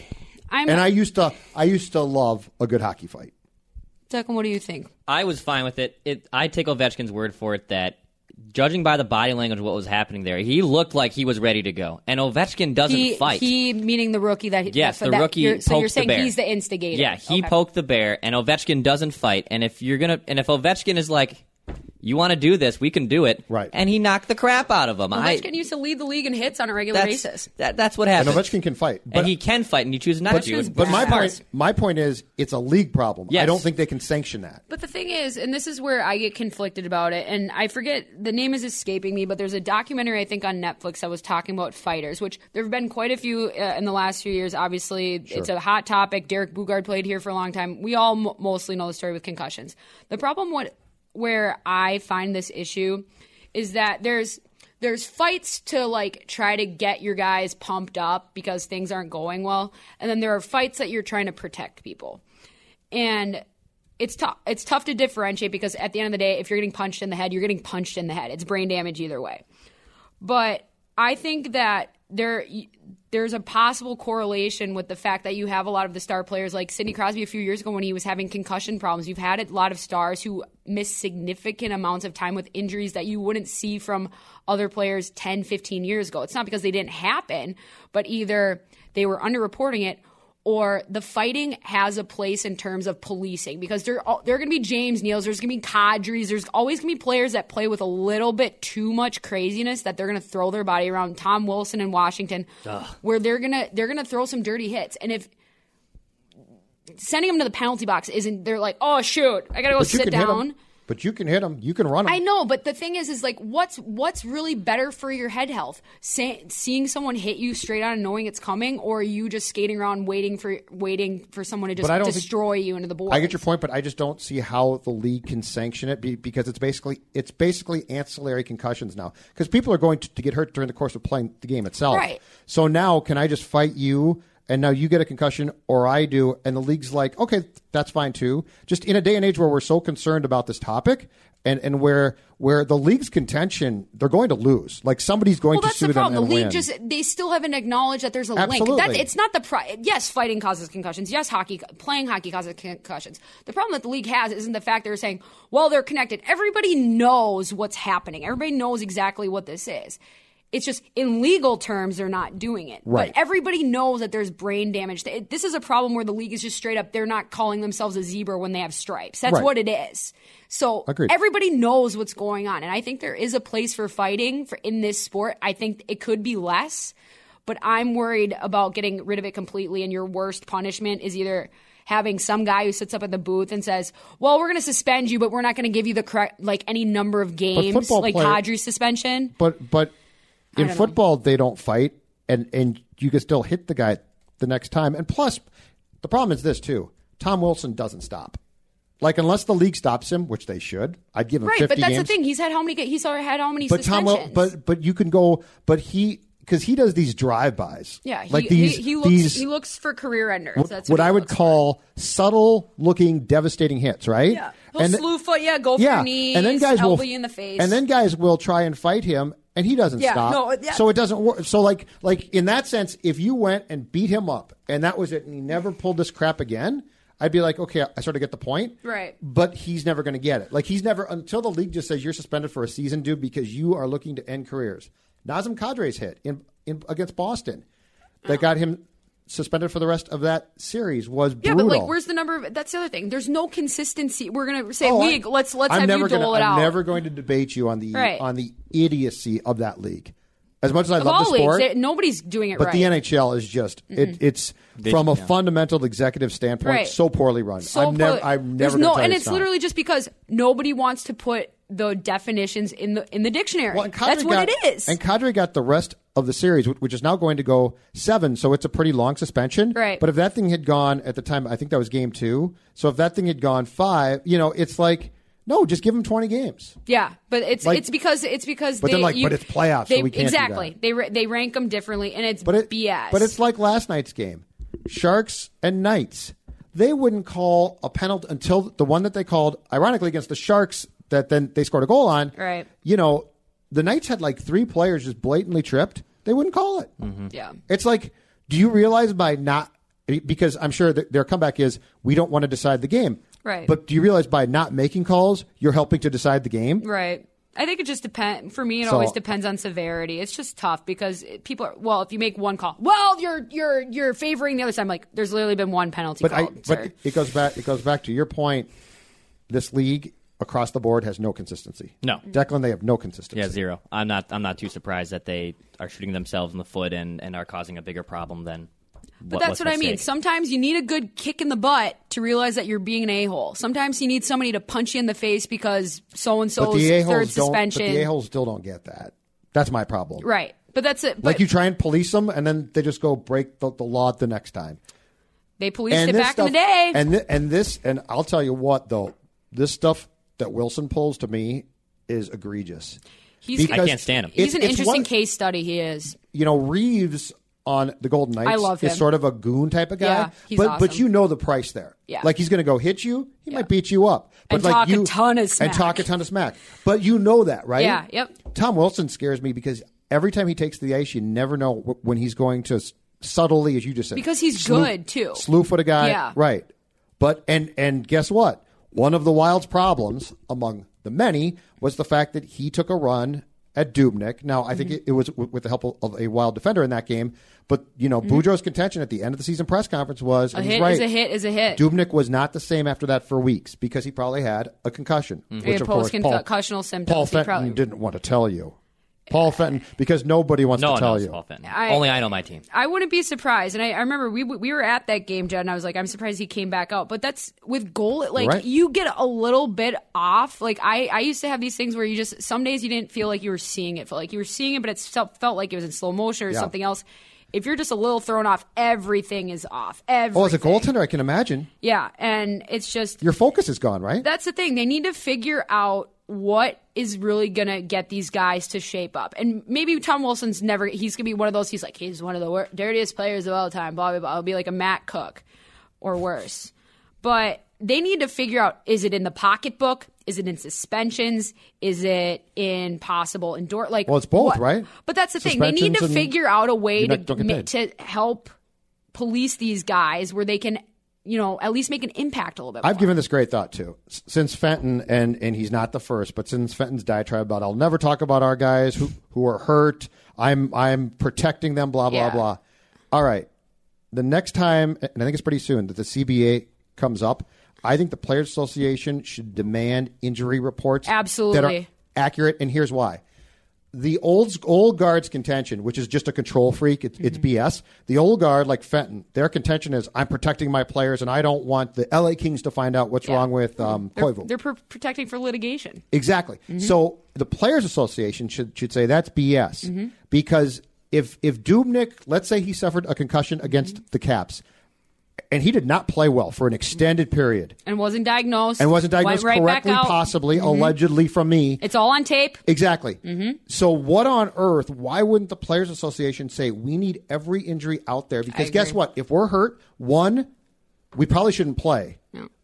D: I'm.
C: and I used to I used to love a good hockey fight.
D: Declan, what do you think?
E: I was fine with it. It I take Ovechkin's word for it that judging by the body language of what was happening there, he looked like he was ready to go. And Ovechkin doesn't
D: He,
E: fight.
D: he meaning the rookie that.
E: yes,
D: for
E: the
D: that-
E: rookie
D: You're, so
E: poked
D: you're saying
E: the bear.
D: he's the instigator.
E: Yeah, he
D: Okay.
E: poked the bear and Ovechkin doesn't fight. And if you're going to and if Ovechkin is like you want to do this, we can do it.
C: Right.
E: And he knocked the crap out of him.
D: Ovechkin
E: I,
D: used to lead the league in hits on a regular
E: that's,
D: basis.
E: that, that's what
C: And
E: happened.
C: Ovechkin can fight, but
E: and he can fight, and he chooses not to.
D: Ovechkin's
E: It's
C: but my
D: Yeah.
E: smart.
C: point my point is it's a league problem. I
E: Yes.
C: don't think they can sanction that.
D: But the thing is, and this is where I get conflicted about it, and I forget the name is escaping me, but there's a documentary I think on Netflix that was talking about fighters, which there have been quite a few uh, in the last few years. Obviously, it's a hot topic. Derek Bugard played here for a long time. We all m- mostly know the story with concussions. The problem what where I find this issue is that there's there's fights to like try to get your guys pumped up because things aren't going well, and then there are fights that you're trying to protect people and it's tough. It's tough to differentiate because at the end of the day, if you're getting punched in the head, you're getting punched in the head. It's brain damage either way. But I think that there there's a possible correlation with the fact that you have a lot of the star players like Sidney Crosby a few years ago when he was having concussion problems. You've had a lot of stars who miss significant amounts of time with injuries that you wouldn't see from other players 10, 15 years ago. It's not because they didn't happen, but either they were underreporting it or the fighting has a place in terms of policing because there are, there are going to be James Neals, there's going to be Kadris, there's always going to be players that play with a little bit too much craziness that they're going to throw their body around. Tom Wilson in Washington, where they're going to they're going to throw some dirty hits, and if sending them to the penalty box isn't, they're like, oh shoot, I got to go
C: But you
D: sit
C: can hit
D: down.
C: him. But you can hit him. You can run him.
D: I know, but the thing is, is like, what's what's really better for your head health? Say, seeing someone hit you straight on and knowing it's coming, or you just skating around waiting for waiting for someone to just
C: But I don't think-
D: destroy you into the board?
C: I get your point, but I just don't see how the league can sanction it be, because it's basically it's basically ancillary concussions now because people are going to, to get hurt during the course of playing the game itself.
D: Right.
C: So now, can I just fight you and now you get a concussion or I do, and the league's like, okay, that's fine too. Just in a day and age where we're so concerned about this topic, and, and where where the league's contention, they're going to lose. Like somebody's going
D: Well,
C: to
D: that's
C: sue
D: the problem.
C: them and
D: The league
C: win.
D: just they still haven't acknowledged that there's a link.
C: Absolutely.
D: That, it's not the pri- yes, fighting causes concussions. Yes, hockey playing hockey causes concussions. The problem that the league has isn't the fact they're saying, well, they're connected. Everybody knows what's happening. Everybody knows exactly what this is. It's just in legal terms they're not doing it.
C: Right.
D: But everybody knows that there's brain damage. Th- This is a problem where the league is just straight up they're not calling themselves a zebra when they have stripes. That's
C: Right.
D: what it is. So
C: Agreed.
D: everybody knows what's going on and i think there is a place for fighting for in this sport i think it could be less but i'm worried about getting rid of it completely and your worst punishment is either having some guy who sits up at the booth and says well we're going to suspend you but we're not going to give you the correct like any number of games
C: football
D: like
C: player-
D: Kadri's suspension
C: But but in
D: don't know.
C: football they don't fight and and you can still hit the guy the next time. And plus the problem is this too. Tom Wilson doesn't stop. Like unless the league stops him, which they should, I'd give him
D: right
C: 50
D: but that's
C: games.
D: the thing he's had how many ga- he's already had how many
C: But Tom,
D: suspensions
C: Wil- but but you can go. But he because he does these drive-bys.
D: yeah he,
C: like these.
D: he, he looks
C: these,
D: he looks for career enders
C: what,
D: that's
C: what
D: what he
C: I would
D: looks for.
C: call subtle-looking, devastating hits. Right.
D: yeah he'll slew foot yeah go for
C: yeah,
D: your knees
C: and then guys
D: elbow
C: will
D: you in the face
C: and then guys will try and fight him, and he doesn't
D: Yeah,
C: stop.
D: no, yeah.
C: So it doesn't work. So like like in that sense, if you went and beat him up, and that was it, and he never pulled this crap again, I'd be like, okay, I sort of get the point,
D: Right.
C: But he's never going to get it. Like he's never until the league just says you're suspended for a season, dude, because you are looking to end careers. Nazem Kadre's hit in, in against Boston
D: Mm.
C: that got him suspended for the rest of that series was
D: Yeah,
C: brutal.
D: but like, where's the number? Of, that's the other thing. There's no consistency. We're gonna say
C: Oh, I-
D: league. let's let's
C: I'm
D: have
C: never
D: you dole
C: gonna,
D: it
C: I'm
D: out.
C: never going to debate you on the
D: Right.
C: on the idiocy of that league. As much as I
D: of
C: love
D: all
C: the sport,
D: leagues, they- nobody's doing it
C: but
D: right. Mm-hmm.
C: the NHL is just it, it's from a fundamental executive standpoint
D: Right.
C: so poorly run.
D: so
C: I'm never
D: put-
C: I'm
D: there's
C: never
D: no,
C: gonna tell
D: and
C: you
D: it's
C: not.
D: literally just because nobody wants to put the definitions in the in the dictionary.
C: Well, and Kadri
D: that's what
C: got-
D: it is.
C: And Kadri got the rest of the series, wh- which is now going to go seven, so it's a pretty long suspension.
D: Right.
C: But if that thing had gone at the time, I think that was game two. So if that thing had gone five, you know, it's like no, just give him twenty games.
D: Yeah, but it's
C: Like-
D: it's because it's because
C: But
D: they,
C: then, like,
D: you-
C: but it's playoffs, so
D: they-
C: we can't do
D: exactly.
C: that.
D: They ra- they rank them differently, and it's
C: But it,
D: BS.
C: But it's like last night's game. Sharks and Knights. They wouldn't call a penalty until the one that they called, ironically, against the Sharks that then they scored a goal on.
D: Right.
C: You know, the Knights had like three players just blatantly tripped. They wouldn't call it.
D: yeah.
C: It's like, do you realize by not because I'm sure that their comeback is we don't want to decide the game.
D: Right.
C: But do you realize by not making calls, you're helping to decide the game?
D: Right. I think it just depends. For me, it
C: So-
D: always depends on severity. It's just tough because it- people are. Well, if you make one call, well, you're you're you're favoring the other side. I'm like, there's literally been one penalty
C: but
D: called,
C: I,
D: sir.
C: but it goes back. It goes back to your point. This league across the board has no consistency.
E: No.
D: Mm.
C: Declan, they have no consistency.
E: Yeah, zero. I'm not. I'm not too surprised that they are shooting themselves in the foot and, and are causing a bigger problem than.
D: but that's what I mean. Sometimes you need a good kick in the butt to realize that you're being an a hole. Sometimes you need somebody to punch you in the face because so and
C: but
D: so's
C: the
D: third
C: a-holes don't. But
D: suspension.
C: the a-holes still don't get that. That's my problem.
D: right. But that's it. But
C: Like you try and police them, and then they just go break the, the law the next time.
D: they policed
C: and
D: it
C: this
D: back
C: stuff,
D: in the day.
C: And thi- and this and I'll tell you what though, this stuff that Wilson pulls to me is egregious.
D: He's- I
C: Because
E: can't stand him.
D: He's
C: it's-
D: an
C: it's
D: interesting
C: one-
D: case study. He is.
C: you know Reeves on the Golden Knights
D: I love
C: is
D: him.
C: sort of a goon type of guy.
D: Yeah, he's
C: but but
D: awesome.
C: you know the price there.
D: Yeah.
C: Like he's going to go hit you. He might beat you up. But
D: And
C: like
D: talk a
C: you,
D: ton of smack.
C: And talk a ton of smack. But you know that, right?
D: Yeah, yep.
C: Tom Wilson scares me because every time he takes the ice, you never know wh- when he's going to s- subtly, as you just said,
D: Because he's good, too.
C: Slew foot a guy,
D: Yeah.
C: right? But and and guess what? One of the Wild's problems, among the many, was the fact that he took a run at Dubnik. Now, I
D: Mm-hmm.
C: think it, it was w- with the help of a Wild defender in that game. But you know, Boudreaux's contention at the end of the season press conference was
D: Mm-hmm. A
C: and
D: hit
C: he's right,
D: is a hit is a hit.
C: Dubnik was not the same after that for weeks because he probably had a concussion,
D: He
C: which
D: had
C: of course Paul,
D: post-concussional symptoms.
C: Paul
D: He
C: Fenton
D: probably-
C: didn't want to tell you. Paul Fenton, because nobody wants
E: No,
C: to tell
E: no,
C: you.
E: Paul Fenton.
D: I-
E: Only I know my team.
D: I wouldn't be surprised. And I, I remember we we were at that game, Jed, and I was like, I'm surprised he came back out. But that's with goal, like
C: right.
D: you get a little bit off. Like I, I used to have these things where you just some days you didn't feel like you were seeing it, felt like you were seeing it, but it felt, felt like it was in slow motion or
C: Yeah.
D: something else. If you're just a little thrown off, everything is off. Everything.
C: Oh, as a goaltender, I can imagine
D: yeah, and it's just
C: your focus is gone, right?
D: that's the thing. They need to figure out what is really going to get these guys to shape up. And maybe Tom Wilson's never, he's going to be one of those, he's like, he's one of the wor- dirtiest players of all time, blah, blah, blah. I'll be like a Matt Cook or worse. But they need to figure out is it in the pocketbook? Is it in suspensions? Is it in possible endorse? Like,
C: Well, it's both, right?
D: But that's the thing. They need to
C: Suspensions and-
D: figure out a way
C: You're not-
D: to,
C: don't get
D: ma-
C: paid.
D: to help police these guys where they can, you know, at least make an impact a little bit.
C: I've
D: more.
C: given this great thought too. S- Since Fenton and and he's not the first, but since Fenton's diatribe about I'll never talk about our guys who who are hurt. I'm I'm protecting them. Blah blah
D: Yeah.
C: blah. All right. The next time, and I think it's pretty soon that the CBA comes up. I think the Players Association should demand injury reports that are
D: Absolutely.
C: accurate, and here's why. The old old guard's contention, which is just a control freak, it's,
D: Mm-hmm.
C: it's BS. The old guard, like Fenton, their contention is I'm protecting my players, and I don't want the LA Kings to find out what's wrong with um,
D: Mm-hmm. They're,
C: Koivu.
D: they're Mm-hmm. pr- protecting for litigation.
C: Exactly. So the Players Association should should say that's BS
D: Mm-hmm.
C: because if if Dubnik, let's say he suffered a concussion against
D: Mm-hmm.
C: the Caps, and he did not play well for an extended period
D: and wasn't diagnosed
C: and wasn't diagnosed
D: went right
C: correctly,
D: back out. Mm-hmm.
C: possibly allegedly from me.
D: It's all on tape.
C: Exactly. Mm-hmm. So what on earth? Why wouldn't the Players Association say we need every injury out there? Because guess what? If we're hurt, one, we probably shouldn't play.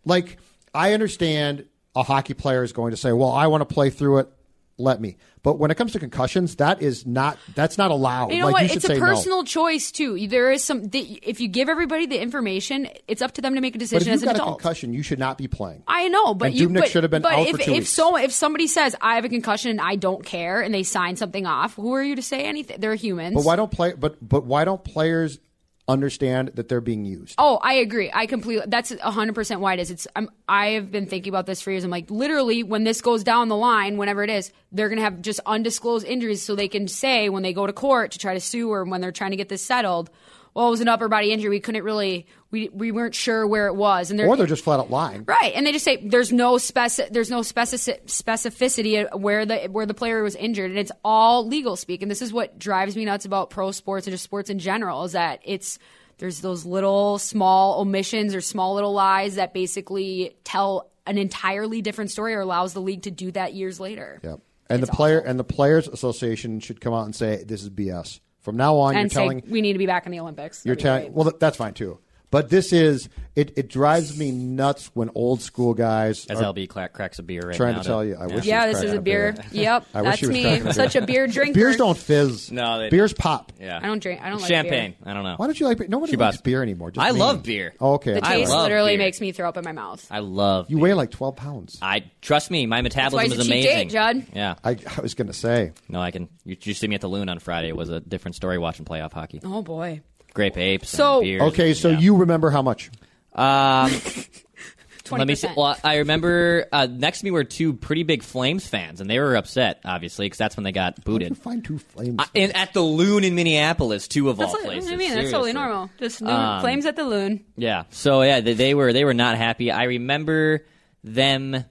C: Like I understand a hockey player is going to say, "Well, I want to play through it. Let me." But when it comes to concussions, that is not that's not allowed.
D: You know
C: like,
D: what?
C: You should
D: it's a
C: say no.
D: personal choice too. There is some. The, if you give everybody the information, it's up to them to make a
C: But if
D: decision
C: you've
D: as an
C: got a
D: adult.
C: concussion, you should not be playing.
D: I know, but
C: And
D: you
C: Dubnyk
D: but,
C: should have been
D: but
C: out
D: if,
C: for two
D: if
C: weeks.
D: so, if somebody says I have a concussion and I don't care, and they sign something off, who are you to say anything? They're humans.
C: But why don't play? But but why don't players understand that they're being used?
D: Oh, I agree. I completely. That's hundred percent why it is. It's. I'm, I have been thinking about this for years. I'm like, literally, when this goes down the line, whenever it is, they're gonna have just undisclosed injuries, so they can say when they go to court to try to sue or when they're trying to get this settled, well, it was an upper body injury. We couldn't really. We we weren't sure where it was, and they're
C: Or they're just flat out lying.
D: Right, and they just say there's no speci- there's no specific specificity where the where the player was injured, and it's all legal speak. And this is what drives me nuts about pro sports and just sports in general is that it's there's those little small omissions or small little lies that basically tell an entirely different story or allows the league to do that years later.
C: Yep. And the player and the players association should come out and say this is BS. From now on, you're
D: And say
C: telling
D: we need to be back in the Olympics.
C: you're
D: That'd be
C: telling.
D: great.
C: Well, th- that's fine too. But this is it. It drives me nuts when old school guys
E: As
C: are
E: LB cla- cracks a beer right
C: trying
E: now
C: to tell you. I wish. he
D: yeah,
C: was
D: this is
C: cracking
D: a beer. Yep,
C: I wish
D: that's
C: he was
D: me.
C: cracking a
D: I'm such a beer drinker.
C: Beers don't fizz.
E: No, they
C: beers pop.
E: Yeah.
D: I don't drink- I don't like
E: champagne. I don't know.
C: Why don't you like beer? Nobody
E: She
C: likes
E: bought-
C: beer anymore. just
E: I
C: me.
E: love beer.
C: Oh, okay.
D: The
C: that's
D: taste
C: all right.
E: love
D: literally
E: beer.
D: makes me throw up in my mouth.
E: I love.
C: You
E: beer.
C: weigh like twelve pounds.
E: I trust me. My
D: why
E: metabolism
D: he's
E: is
D: a cheap
E: amazing.
D: date, Judd.
E: Yeah.
C: I, I was going to say.
E: No, I can. You, you see me at the Loon on Friday. It was a different story watching playoff hockey.
D: Oh boy.
E: Grape apes.
D: So-
E: and beers
C: Okay,
E: and-
C: so
E: yeah.
C: you remember how much?
E: Let me see.
D: 20%.
E: Well, I remember uh, next to me were two pretty big Flames fans, and they were upset, obviously, because that's when they got
C: You
E: booted.
C: find two flames.
E: Uh, and at the Loon in Minneapolis, two of all
D: That's what,
E: places.
D: I mean. That's totally
E: seriously. Um,
D: normal. Just loon, flames at the loon.
E: Yeah. So yeah, they, they were they were not happy. I remember them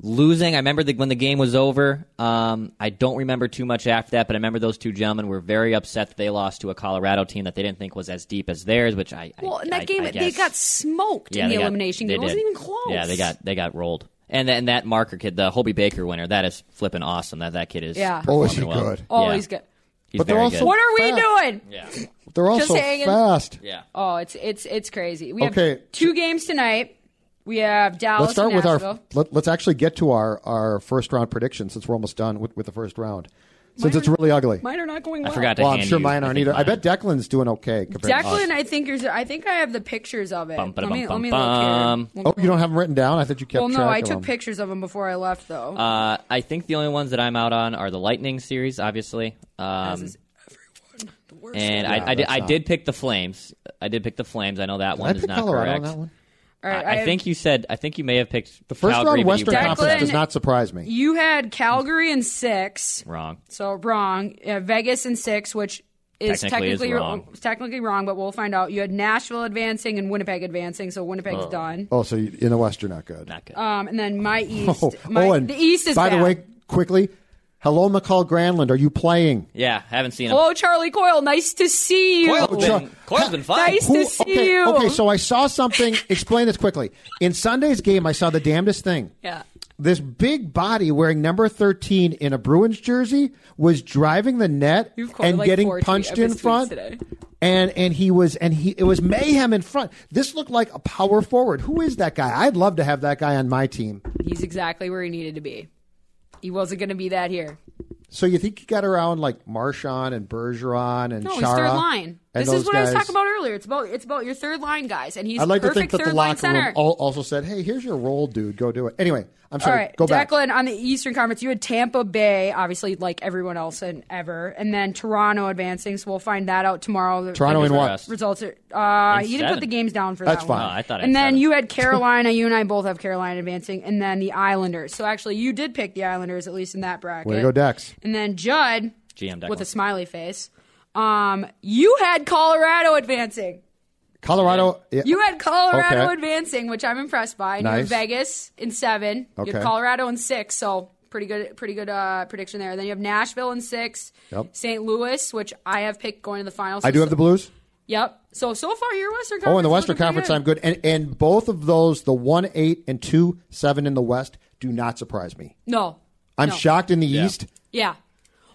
E: losing. I remember the, when the game was over. Um, I don't remember too much after that, but I remember those two gentlemen were very upset that they lost to a Colorado team that they didn't think was as deep as theirs. Which I I-
D: Well, in that
E: I-
D: game,
E: I
D: they
E: guess-
D: got smoked in the
E: they got-
D: elimination
E: they
D: game. It wasn't
E: did.
D: even close.
E: Yeah, they got they got rolled. And then that marker kid, the Hobie Baker winner, that is flipping awesome. That that kid is
D: Yeah.
C: Oh, is
E: performing
C: he
E: well.
C: good?
D: Oh,
E: Yeah.
D: he's good.
E: He's
C: But they're
E: very
C: also-
E: good.
D: What are we
C: Fat.
D: doing?
E: Yeah.
C: They're also
D: hanging.
C: fast.
E: Yeah.
D: Oh, it's it's it's crazy. We
C: Okay.
D: have two games tonight. We have Dallas.
C: let's start
D: and
C: with our
D: Nashville.
C: let, let's actually get to our our first round prediction since we're almost done with, with the first round since it's really ugly
D: Mine are not going well.
E: I forgot to
C: well i'm
E: hand
C: sure
E: you-
C: mine
E: I
C: aren't
E: think
C: either i
E: mine-
C: bet declan's doing okay compared
D: Declan,
C: to us.
D: I think yours. I think I have the pictures of it.
E: Bum, ba,
D: let me
E: bum,
D: let me
E: bum,
D: look here.
C: oh you don't have them written down i thought you kept
D: Well, no,
C: track
D: I
C: of
D: took
C: them.
D: pictures of them before I left, though.
E: Uh, I think the only ones that I'm out on are the Lightning series, obviously. Um, and I, I, did,
C: that's
E: I
C: not-
E: did pick the Flames. I did pick the Flames. I know that
C: i
E: one is
C: picked
E: not
C: colorado
E: correct.
C: on that one
D: All
E: I,
D: right,
E: I
D: have-
E: think you said. I think you may have picked
C: the first
E: Calgary,
C: round
E: but you
C: western
E: picked
C: conference does
D: Declan-
C: not surprise me
D: you had Calgary in six.
E: wrong.
D: So wrong. Yeah, Vegas and six, which is
E: Technically
D: technically
E: is wrong.
D: technically wrong, but we'll find out. You had Nashville advancing and Winnipeg advancing, so Winnipeg's done.
C: oh so you, in the west you're not good
E: Not good.
D: Um, and then my East,
C: oh,
D: my,
C: oh, and
D: the East is
C: by
D: bad.
C: the way quickly hello mccall granlund are you playing
E: yeah, haven't seen him.
D: Hello, Charlie Coyle. Nice to see you.
E: Coyle's
C: Oh,
E: been,
C: Char-
E: Coyle's been fine.
D: Nice to see
C: okay,
D: you.
C: okay so i saw something explain this quickly in sunday's game i saw the damnedest thing
D: yeah.
C: this big body wearing number 13 in a Bruins jersey was driving the net
D: You've quoted,
C: and
D: like,
C: getting
D: four tweet-
C: punched
D: of his
C: in
D: tweets
C: front.
D: today.
C: And and he was and he it was mayhem in front. This looked like a power forward. Who is that guy? I'd love to have that guy on my team.
D: He's exactly where he needed to be. He wasn't going to be that here.
C: So you think he got around like Marshawn and Bergeron and
D: No,
C: Chara?
D: he's third line.
C: and
D: This is
C: those
D: what I was
C: guys?
D: talking about earlier. It's about it's about your third line guys, and he's
C: I'd like to think
D: perfect
C: that the
D: third line
C: locker room
D: center.
C: al- also said, "Hey, here's your role, dude. Go do it." Anyway, I'm
D: All
C: sorry.
D: right,
C: Go back.
D: Declan on the Eastern Conference. You had Tampa Bay, obviously, like everyone else and ever, and then Toronto advancing. So we'll find that out tomorrow. The-
C: Toronto
D: the
C: in what?
D: res- Results. Are, uh,
E: In
D: you didn't
E: seven.
D: put the games down for
C: That's
D: that. one.
C: fine. Oh, I
E: thought I
D: And
E: had
D: then
E: seven.
D: you had Carolina. you and I both have Carolina advancing, and then the Islanders. So actually, you did pick the Islanders at least in that bracket.
C: Way to go, Dex.
D: And then Judd
E: GM Declan.
D: with a smiley face. Um, you had Colorado advancing.
C: Colorado. yeah.
D: You had Colorado
C: Okay.
D: advancing, which I'm impressed by. And You
C: Nice.
D: had Vegas in seven. You
C: Okay.
D: had Colorado in six, so pretty good, pretty good uh, prediction there. Then you have Nashville in six.
C: Yep.
D: St. Louis, which I have picked going to the finals.
C: I do have the Blues.
D: Yep. So so far, your Western Conference.
C: Oh, in the
D: is
C: Western
D: looking pretty
C: Conference, I'm good. And and both of those, the one eight and two seven in the West, do not surprise me.
D: No.
C: I'm
D: No.
C: shocked in the East,
D: Yeah.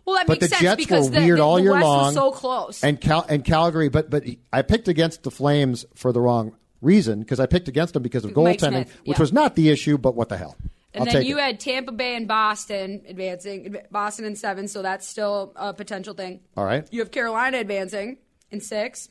D: Well, that
C: but
D: makes
C: the
D: sense
C: Jets
D: because
C: were weird
D: the, the,
C: all
D: the
C: year
D: West
C: long.
D: Was so close.
C: And Cal and Calgary, but but I picked against the Flames for the wrong reason because I picked against them because of
D: Mike
C: goaltending,
D: Smith,
C: which
D: yeah.
C: was not the issue. But what the hell?
D: And
C: I'll
D: then
C: take
D: you
C: it.
D: had Tampa Bay and Boston advancing. adv- Boston in seven, so that's still a potential thing.
C: All right. Hmm.
D: You have Carolina advancing in six,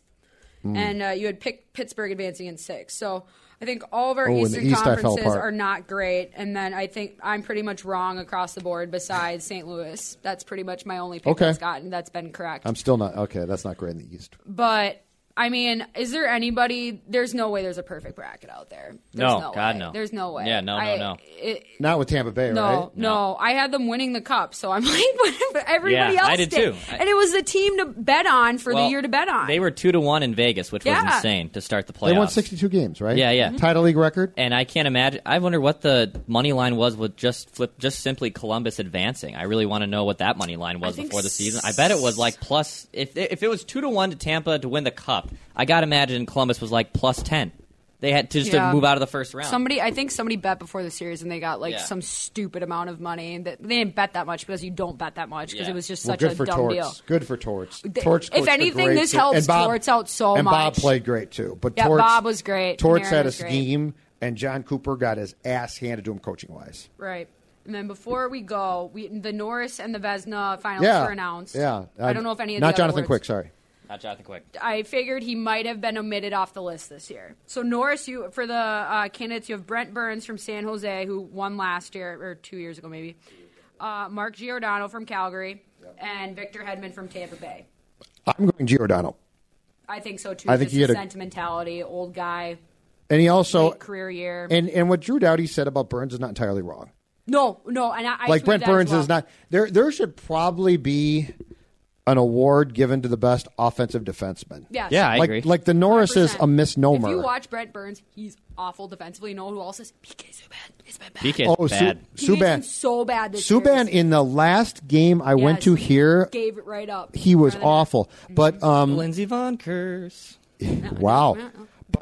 D: and uh, you had Pick- Pittsburgh advancing in six. So I think all of our
C: Oh, in the
D: Eastern
C: East, I fell
D: conferences
C: apart.
D: are not great. And then I think I'm pretty much wrong across the board besides St. Louis. That's pretty much my only pick
C: Okay.
D: that's gotten that's been correct.
C: I'm still not okay. That's not great in the East.
D: but. I mean, is there anybody? There's no way there's a perfect bracket out there. There's
E: No, God,
D: way.
E: no.
D: There's no way.
E: Yeah, no, no,
D: I-
E: no.
D: it-
C: Not with Tampa Bay,
D: no,
C: right?
D: no, I had them winning the cup, so I'm like, what if everybody
E: Yeah,
D: else
E: I did too. I-
D: and it was the team to bet on for
E: Well,
D: the year to bet on.
E: They were two to one in Vegas, which was
D: Yeah.
E: insane to start the playoffs.
C: They won 62 games, right?
E: Yeah, yeah.
C: Title league record.
E: and I can't imagine. I wonder what the money line was with just flip, just simply Columbus advancing. I really want to know what that money line was
D: think
E: before the season. I bet it was like plus. If if it was two to one to Tampa to win the cup, I gotta imagine Columbus was like plus ten. They had to just
D: Yeah.
E: to move out of the first round.
D: somebody, I think somebody bet before the series, and they got like
E: Yeah.
D: some stupid amount of money. That they didn't bet that much because you don't bet that much because
E: Yeah.
D: it was just
C: Well,
D: such
C: good
D: a
C: for
D: dumb
C: Torts.
D: deal.
C: Good for Torts.
D: Th-
C: Torts.
D: if
C: coached a
D: anything,
C: great
D: this
C: team.
D: helps
C: and Bob,
D: Torts out so
C: and Bob
D: much.
C: played great too. But
D: Yeah,
C: Torts,
D: Bob was great.
C: Torts
D: Panarin
C: had a
D: was great.
C: scheme, and John Cooper got his ass handed to him coaching wise.
D: Right. And then before we go, we, the Norris and the Vesna finals
C: Yeah,
D: were announced.
C: Yeah,
D: I don't know if any of
C: not
D: the
C: Jonathan
D: other words-
C: Quick. Sorry,
E: Not Jonathan Quick.
D: I figured he might have been omitted off the list this year. So Norris, you for the uh, candidates, you have Brent Burns from San Jose, who won last year or two years ago maybe. Uh, Mark Giordano from Calgary and Victor Hedman from Tampa Bay.
C: I'm going Giordano,
D: I think so too.
C: I think
D: Just
C: he had
D: the
C: a-
D: sentimentality, old guy,
C: and he also
D: late career year.
C: and and what Drew Doughty said about Burns is not entirely wrong.
D: no, no, and I, I
C: like
D: tweeted
C: Brent
D: that as
C: Burns
D: well.
C: is not there. There should probably be an award given to the best offensive defenseman.
D: Yes.
E: Yeah, I
C: like
E: agree.
C: like the Norris is
D: 100%.
C: a misnomer.
D: If you watch Brent Burns, he's awful defensively. You know who else is? PK Subban. He's been bad.
E: PK
C: oh, Su-
E: bad.
D: PK's been
C: Subban.
D: so bad this year.
C: Subban in the last game I went
D: Yes.
C: to here,
D: gave it right up.
C: he was
D: Rather than-
C: awful. But um,
E: Lindsey Von Curse.
C: wow.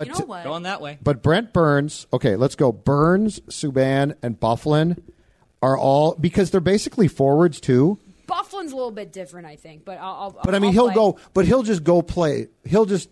D: Uh-uh. You know what?
E: Going that way.
C: But Brent Burns, okay, let's go. Burns, Subban, and Bufflin are all because they're basically forwards too.
D: Bufflin's a little bit different, I think. But I'll. I'll
C: But I mean, he'll
D: I'll play.
C: go. But he'll just go play. He'll just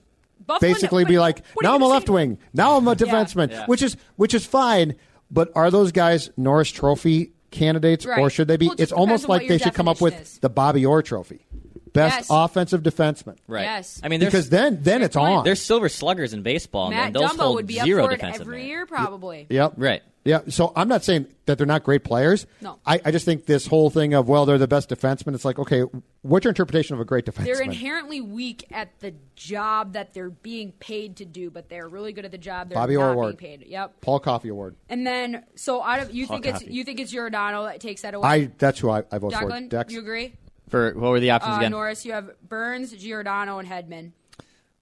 D: Bufflin-
C: basically
D: but
C: be like,
D: what are you
C: now I'm a
D: gonna
C: left
D: say?
C: wing. Now I'm a defenseman,
E: Yeah.
C: which is which is fine. But are those guys Norris Trophy candidates, or
D: Right.
C: should they be?
D: Well, it
C: it's
D: just
C: almost
D: depends on what
C: like they
D: your
C: should come up with
D: definition is.
C: the Bobby Orr Trophy, best
D: Yes.
C: offensive defenseman.
E: Right.
D: Yes.
E: I mean, there's,
C: Because then, then it's
D: point.
C: on.
E: there's silver sluggers in baseball,
D: Matt
E: and then those
D: Dumbo
E: hold
D: would be up
E: zero
D: for it
E: defensive
D: every
E: merit.
D: year, probably.
C: Yep.
E: Right.
C: Yeah. So I'm not saying that they're not great players.
D: No.
C: I, I just think this whole thing of well, they're the best defenseman. It's like, okay, what's your interpretation of a great defenseman?
D: They're inherently weak at the job that they're being paid to do, but they're really good at the job they're
C: Bobby
D: not
C: Orr Award.
D: being paid. Yep.
C: Paul Coffey Award.
D: And then, so out of you
E: Hot
D: think it's
E: coffee.
D: you think it's Giordano that takes that away?
C: I that's who I, I vote for.
D: Declan,
C: Dex.
D: you agree?
E: For what were the options
D: Uh,
E: again?
D: Norris, you have Burns, Giordano, and Hedman.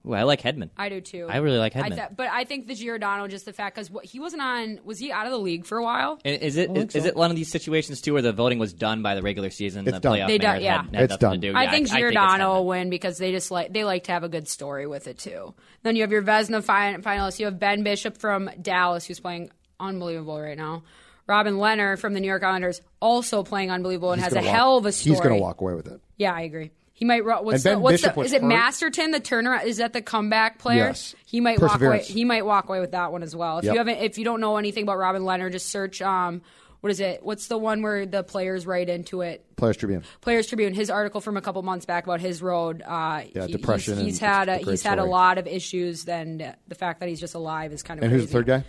E: Ooh, I like Hedman.
D: I do too.
E: I really like
D: I
E: Hedman.
D: th- but I think the Giordano, just the fact because he wasn't on, was he out of the league for a while?
E: And Is it is, is it one of these situations too where the voting was done by the regular season?
C: It's
E: the
C: done.
E: playoff
D: They done-
E: merit
D: yeah.
E: had, had
C: It's done.
E: nothing To do.
D: I
E: Yeah,
D: think
E: I, it's
D: Giordano will
E: Hedman.
D: win because they just like they like to have a good story with it too. Then you have your Vesna fin- finalists. You have Ben Bishop from Dallas, who's playing unbelievable right now. Robin Leonard from the New York Islanders also playing unbelievable and
C: He's
D: has a
C: gonna walk-
D: hell of a story.
C: He's going to walk away with it.
D: Yeah, I agree. He might. ru-
C: And
D: What's the,
C: Ben
D: what's
C: Bishop
D: the,
C: was
D: is it
C: hurt.
D: Masterton the turnaround? Is that the comeback player?
C: Yes.
D: He might walk away.
C: Perseverance.
D: He might walk away with that one as well. If
C: Yep.
D: you haven't, if you don't know anything about Robin Leonard, just search. Um, what is it? What's the one where the players write into it?
C: Players Tribune.
D: Players Tribune, his article from a couple months back about his road. Uh,
C: Yeah,
D: he-
C: depression
D: He's, he's
C: and
D: had a,
C: it's a great
D: he's had a
C: story.
D: lot of issues. Then the fact that he's just alive is kind of
C: And who's the
D: crazy.
C: third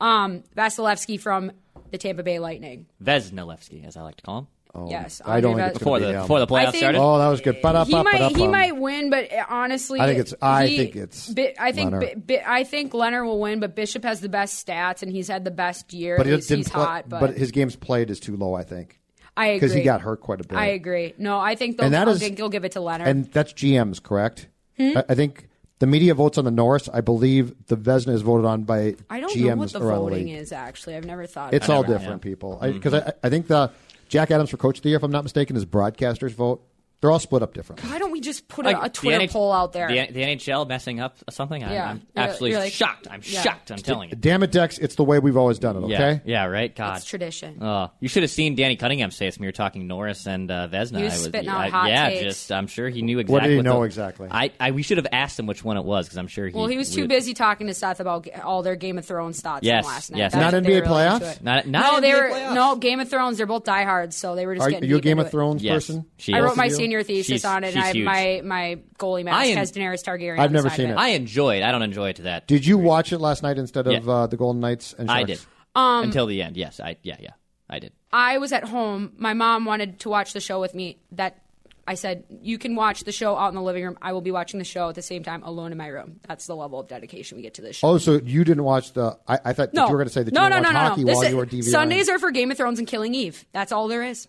C: guy?
D: Um, Vasilevsky from the Tampa Bay Lightning.
E: Vesnilevsky, as I like to call him,
D: yes,
C: Oh, I don't
D: Andre
C: think it's
D: Vas-
C: gonna
E: before
C: be um,
E: the
C: him.
E: before the
D: I
E: playoffs
D: think-
E: started.
C: Oh, that was good. Ba-da-ba-ba-da-bum.
D: he might he might win, but uh, honestly,
C: I think it's- I
D: he-
C: think it's
D: Bi- I think
C: Leonard.
D: Bi- Bi- I think Leonard will win, but Bishop has the best stats and he's had the best year.
C: But
D: At
C: he
D: least
C: didn't
D: he's
C: play-
D: hot, but,
C: his games played is too low, I think.
D: I agree
C: Because he got hurt quite a bit.
D: I agree. No, I think they'll,
C: And that
D: I
C: is-
D: think they'll give it to Leonard. Hmm?
C: And that's GM's, correct? I, I think the media votes on the Norris. I believe the Vesna is voted on by
D: I don't
C: GMs
D: know what the
C: around the
D: voting
C: league.
D: is. Actually, I've never Mm-hmm. thought.
C: It's
D: about
C: all
D: it.
C: different, people. Because I, I, think the Jack Adams for Coach of the Year, if I'm not mistaken, is broadcasters vote. They're all split up differently.
D: Why don't we just put
E: Like,
D: a, a
E: the
D: Twitter
E: NH
D: poll out there?
E: The, the NHL messing up something. I,
D: Yeah.
E: I'm
D: You're-
E: absolutely
D: you're like-
E: shocked. I'm
D: Yeah.
E: shocked. I'm telling you.
C: Damn it, Dex! It's the way we've always done it. Okay.
E: Yeah, yeah, right. God,
D: It's tradition.
E: Uh, you should have seen Danny Cunningham say this when you were talking Norris and uh, Vesna.
D: He was
E: I
D: spitting
E: I,
D: out hot
E: Yeah,
D: takes.
E: just I'm sure he knew exactly.
C: What did he know
E: the-
C: exactly?
E: I, I we should have asked him which one it was because I'm sure he.
D: well, he was
E: we
D: too
E: would-
D: busy talking to Seth about g- all their Game of Thrones thoughts
E: Yes,
D: from last night.
E: yes.
D: That's
E: Not
D: what they
C: NBA
D: were really
C: playoffs?
D: into it.
E: Not- not
D: no, they
E: NBA
D: were
E: playoffs.
D: no Game of Thrones. They're both diehards, so they were just
C: Are
D: getting.
C: you a
D: beat
C: Game
D: into
C: of
D: it.
C: Thrones
E: Yes,
C: person?
E: she
D: I
E: is.
C: Both
D: wrote
C: of
D: my
C: you?
D: senior thesis
E: She's-
D: on it, and
E: she's
D: I,
E: huge.
D: my my goalie mask
E: I en-
D: has Daenerys Targaryen.
C: I've
D: on the
C: never
D: side
C: seen
D: of
C: it.
E: I enjoyed. I don't enjoy it to that.
C: Did you watch it last night instead of
E: Yeah.
C: uh, the Golden Knights and Sharks?
E: I did
D: Um,
E: until the end. Yes, I yeah yeah I did.
D: I was at home. My mom wanted to watch the show with me. That I said, you can watch the show out in the living room. I will be watching the show at the same time, alone in my room. That's the level of dedication we get to this show.
C: Oh, so you didn't watch the? I, I thought that
D: no,
C: you were going to say that
D: no,
C: you
D: no,
C: watched
D: no, no,
C: hockey
D: no.
C: while
D: This-
C: you were DVRing.
D: Sundays are for Game of Thrones and Killing Eve. That's all there is.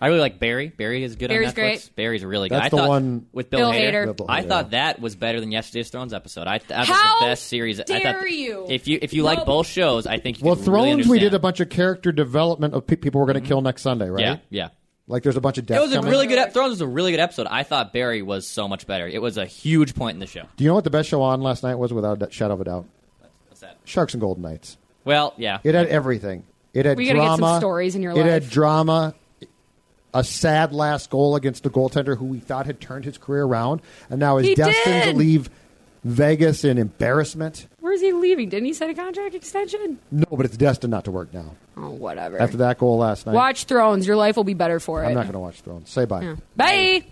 E: I really like Barry. Barry is good
D: Barry's
E: on Netflix.
D: great.
E: Barry's really good.
C: That's
E: I
C: the
E: thought
C: one-
E: with
D: Bill
E: Bill, Hader.
D: Hader. Bill
E: I
C: Hader.
E: thought that was better than yesterday's Thrones episode. I that
D: How
E: was the best series. I
D: dare
E: thought,
D: you.
E: If you if you
D: No,
E: like
D: but-
E: both shows, I think you
C: well,
E: could
C: Thrones.
E: Really
C: we
E: understand. Mm-hmm.
C: did a bunch of character development of pe- people we're going to kill next Sunday, right?
E: Yeah, yeah.
C: Like there's a bunch of deaths.
E: It was a
C: coming.
E: really good. ep- Thrones was a really good episode. I thought Barry was so much better. It was a huge point in the show.
C: Do you know what the best show on last night was, without a shadow of a doubt?
E: What's that?
C: Sharks and Golden Knights.
E: Well, yeah.
C: It had everything. It had
D: We gotta
C: drama.
D: get some stories in your
C: it had
D: life.
C: drama. A sad last goal against the goaltender who we thought had turned his career around, and now is
D: He
C: destined
D: did!
C: to leave Vegas in embarrassment.
D: Where's he leaving? Didn't he sign a contract extension?
C: No, but it's destined not to work now.
D: Oh, whatever.
C: After that goal last night,
D: Watch Thrones. Your life will be better for it.
C: I'm not going to watch Thrones. Say bye.
D: Bye.